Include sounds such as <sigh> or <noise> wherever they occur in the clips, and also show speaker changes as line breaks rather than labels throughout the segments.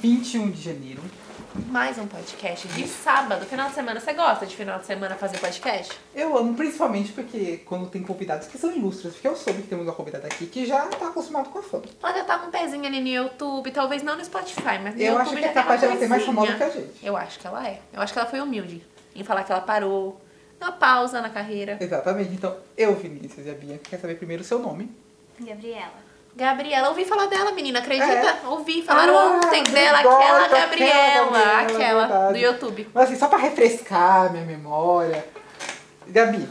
21 de janeiro.
Mais um podcast de sábado, final de semana. Você gosta de final de semana fazer podcast?
Eu amo principalmente porque quando tem convidados que são ilustres, porque eu soube que temos uma convidada aqui que já tá acostumado com a fama.
Olha, tá com um pezinho ali no YouTube, talvez não no Spotify, mas no
Eu
YouTube
acho que
já
é
tem
capaz de
uma
ela ser mais famosa que
coisinha.
a gente.
Eu acho que ela é. Eu acho que ela foi humilde em falar que ela parou, uma pausa na carreira.
Exatamente. Então, eu, Vinícius e a Bia, quer saber primeiro o seu nome.
Gabriela.
Gabriela, ouvi falar dela, menina, acredita? Ouvi, falaram
Ah,
ontem
verdade,
dela, aquela
aquela Gabriela, é
Gabriela, aquela do
verdade.
YouTube.
Mas assim, só pra refrescar minha memória. Gabi.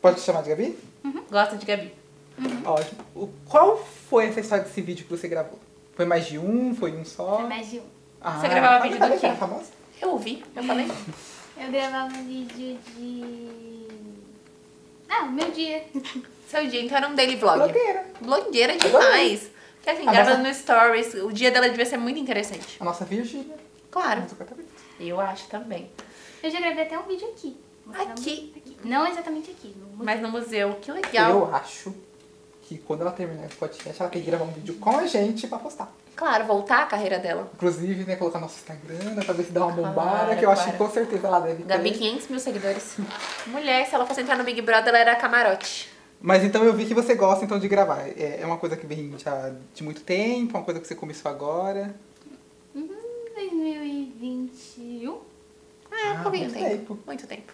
Pode te chamar de Gabi?
Uhum. Gosta de Gabi.
Ótimo. O- Qual foi essa história desse vídeo que você gravou? Foi mais de um? Foi um só?
Foi mais de um.
Ah,
Você gravava
tá,
vídeo
tá,
do
tá,
quê?
tá, famosa?
Eu ouvi, eu falei.
Uhum.
Eu gravava um vídeo de. Ah, meu dia.
Seu dia, então era um daily vlog.
Blogueira.
Blogueira
Adorei.
demais. Porque assim,
A
gravando
nossa-
no Stories, o dia dela devia ser muito interessante.
A nossa Virgínia.
Claro.
Nossa, exatamente.
Eu acho também.
Eu já gravei até um vídeo aqui. Mostrando-
Aqui.
Não exatamente aqui. no-
Mas no museu, que legal.
Eu acho que quando ela terminar esse podcast, ela tem que gravar um vídeo com a gente pra postar.
Claro, voltar a carreira dela.
Inclusive, né, colocar nosso Instagram, né, pra ver se dá uma
Claro,
bombada, que eu acho que
claro.
com certeza ela deve ter.
Gabi, 500 mil seguidores. Mulher, se ela fosse entrar no Big Brother, ela era camarote.
Mas então eu vi que você gosta então de gravar. É é uma coisa que vem já de muito tempo, uma coisa que você começou agora.
Uhum, 2021.
Ah,
Ah,
um pouquinho
muito
tempo.
tempo.
Muito tempo.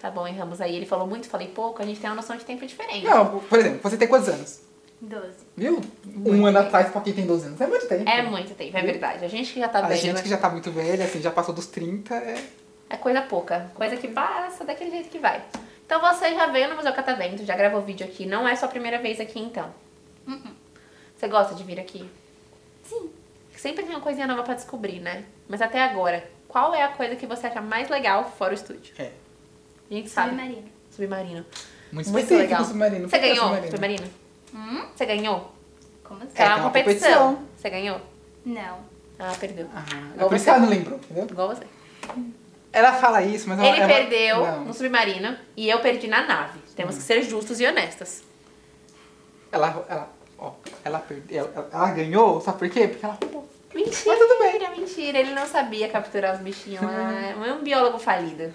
Tá bom, erramos aí. Ele falou muito, falei pouco. A gente tem uma noção de tempo diferente.
Não, por exemplo, você tem quantos anos?
12.
Viu? um
Muito
ano
bem.
atrás pra quem tem 12 anos. É muito tempo.
É muito tempo, é verdade. A gente que já tá
A
velha,
gente
né?
que já tá muito velha, assim, já passou dos 30, é...
É coisa pouca, coisa que passa daquele jeito que vai. Então você já veio no Museu Catavento, já gravou vídeo aqui, não é sua primeira vez aqui então. Você gosta de vir aqui?
Sim.
Sempre tem uma coisinha nova pra descobrir, né? Mas até agora, qual é a coisa que você acha mais legal fora o estúdio?
é.
A gente sabe.
Submarino.
Submarino.
Muito
Muito
específico
legal.
o submarino.
Você
Por que é
ganhou
submarino?
submarino?
Hum?
Você ganhou?
Como assim?
É,
Tá
tem
uma
uma
competição.
competição.
Você ganhou?
Não.
Ah, perdeu.
Ah, é
Igual
por isso
você.
que ela não lembrou, entendeu?
Igual você.
Ela fala isso, mas ela...
Ele
ela-
perdeu
Não. Hum.
no submarino e eu perdi na nave. Temos que ser justos e honestas.
Ela, ela, ó, ela perdeu, ela, ela ganhou, sabe por quê? Porque ela roubou.
Mentira,
Mas tudo bem. Uhum.
mentira. Ele não sabia capturar os bichinhos lá. É um biólogo falido.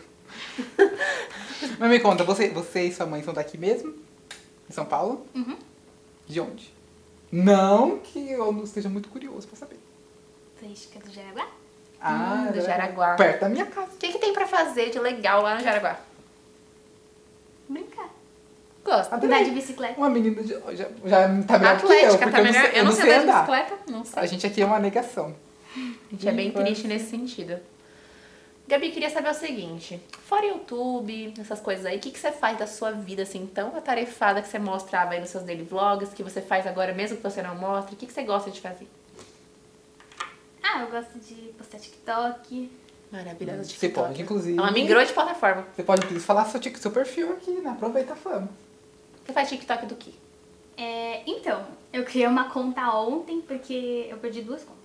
Mas me conta, você, você e sua mãe são daqui mesmo? De São Paulo?
Uhum.
De onde? Não que eu não esteja muito curioso pra saber.
Turística do Jaraguá?
do
era
Jaraguá.
Perto da minha casa.
O que, que tem pra fazer de legal lá no Jaraguá?
Brincar.
Gosto.
Andar de
Adorei.
bicicleta.
Uma menina de, já, já tá melhor que eu,
Atlética,
porque
tá
eu não
melhor.
sei, eu não sei
andar
andar.
de bicicleta, não sei.
A gente aqui é uma negação.
A gente é bem
Infância.
triste nesse sentido. Gabi, queria saber o seguinte. Fora YouTube, essas coisas aí, o que, que você faz da sua vida, assim, tão atarefada que você mostrava aí nos seus daily vlogs, que você faz agora mesmo que você não mostre? O que, que você gosta de fazer?
Ah, eu gosto de postar TikTok.
Maravilhosa de
Você pode, inclusive.
Hum, Ela migrou de plataforma.
Você pode inclusive falar seu, tic- seu perfil aqui, né? Aproveita a fama.
Você faz TikTok do quê?
É, então, eu criei uma conta ontem porque eu perdi
<laughs>
duas contas.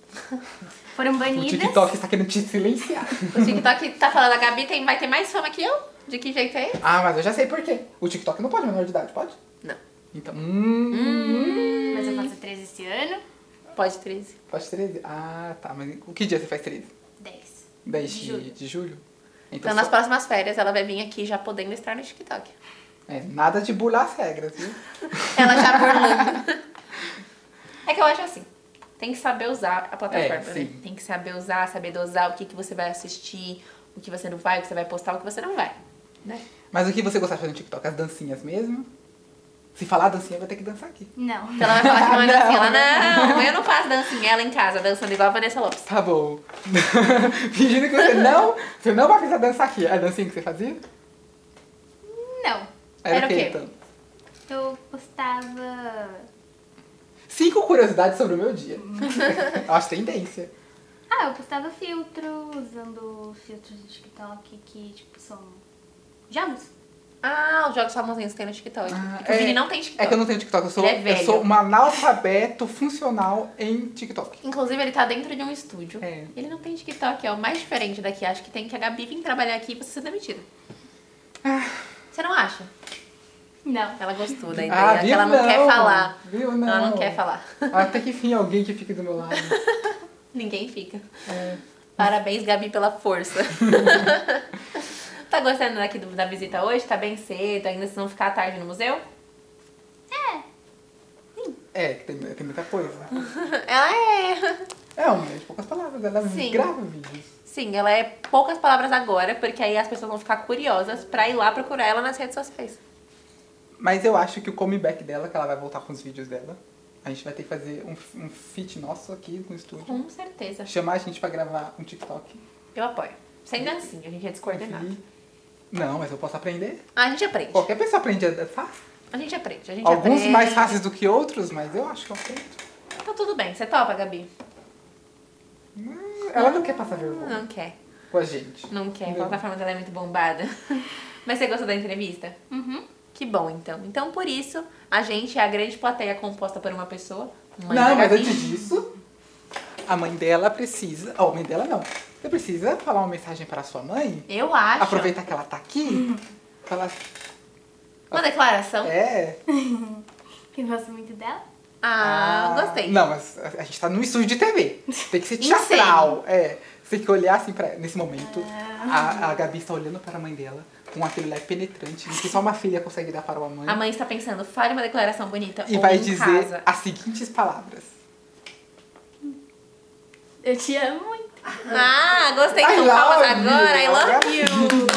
Foram banidas.
O TikTok está querendo te silenciar. <laughs>
O TikTok tá falando, a Gabi tem, vai ter mais fama que eu? De que jeito é?
ah, mas eu já sei por quê. O TikTok não pode menor de idade, pode?
Não.
Então. Hum.
Mas eu faço 13 esse ano.
Pode 13.
Faz 13? Ah, tá. Mas o que dia você faz 13?
10.
10
De
de,
julho.
de julho?
Então,
só-
nas próximas férias, ela vai vir aqui já podendo estar no TikTok.
é, nada de burlar as regras, viu?
Ela já burlando. <laughs> é que eu acho assim. Tem que saber usar a plataforma,
É,
né?
sim.
Tem que saber usar, saber dosar o que, que você vai assistir, o que você não vai, o que você vai postar, o que você não vai. Né?
Mas o que você gostava de fazer no TikTok? As dancinhas mesmo? Se falar dancinha, eu vou ter que dançar aqui.
Não.
Então ela vai falar que <laughs> não é
Não.
dancinha. Ela, não, eu não faço dancinha. Ela em casa, dançando igual a Vanessa Lopes.
Tá bom. <laughs> Fingindo que você não, você não vai precisar dançar aqui. A dancinha que você fazia?
<laughs> Não.
Era o quê?
então?
Eu postava.
Cinco curiosidades sobre o meu dia.
Hum.
<laughs> Eu acho tendência.
Ah, eu postava filtro, usando filtros do TikTok que, tipo, são jogos.
Ah, os jogos famosinhos que tem no TikTok.
Ah,
Inclusive,
é-
não tem TikTok.
É que eu não tenho TikTok, eu sou,
Ele é
eu sou
velho.
um analfabeto funcional em TikTok.
Inclusive, ele tá dentro de um estúdio.
É.
Ele não tem TikTok, é o mais diferente daqui. Acho que tem que a Gabi vir trabalhar aqui pra você ser demitida. Você não acha?
Não.
Ela gostou da ideia,
Ah,
que
viu?
ela não, quer falar.
Viu? Não.
Ela não quer falar. <laughs>
Até que enfim, alguém que fique do meu lado.
Ninguém fica.
É.
Parabéns, Gabi, pela força. tá gostando daqui do- da visita hoje? Tá bem cedo, ainda se não ficar à tarde no museu?
É, que tem, tem muita coisa.
Ela é.
É, uma de poucas palavras, ela
Sim.
grava vídeos.
Sim, ela é poucas palavras agora, porque aí as pessoas vão ficar curiosas pra ir lá procurar ela nas redes sociais.
Mas eu acho que o comeback dela, que ela vai voltar com os vídeos dela. A gente vai ter que fazer um, um fit nosso aqui no estúdio.
Com certeza.
Chamar a gente pra gravar um TikTok.
Eu apoio. Sem dancinha, a gente é descoordenado. Ah,
Enfim. Não, mas eu posso aprender.
A gente aprende.
Qualquer pessoa aprende a dançar.
A gente aprende. A gente
Alguns
aprende.
mais fáceis do que outros, mas eu acho que eu aprendo.
Então tudo bem. Você topa, Gabi?
Hum, Ela não quer passar vergonha
Não quer.
com a gente.
Não quer.
Não.
A plataforma dela é muito bombada. <laughs> Mas você gostou da entrevista?
Uhum.
Que bom, então. Então, por isso, a gente é a grande plateia composta por uma pessoa. mãe da
não, mas
Gabi.
antes disso, a mãe dela precisa. Ó, a mãe dela não. Você precisa falar uma mensagem para sua mãe,
Eu acho.
aproveitar que ela tá aqui, falar.
Uma declaração.
É.
Que eu gosto muito dela.
Ah, gostei.
Não, mas a a gente tá num estúdio de TV. Tem que ser
Em cena.
teatral. É. Você tem que olhar assim pra. Nesse momento,
Ah.
a, a Gabi está olhando para a mãe dela com aquele olhar penetrante que só uma filha consegue dar para uma mãe.
A mãe está pensando, fale uma declaração bonita.
e
ou
vai
em
dizer
Casa.
as seguintes palavras.
Eu te amo muito.
Ah, gostei que
I
são palmas Então,
love you.
agora. I love you.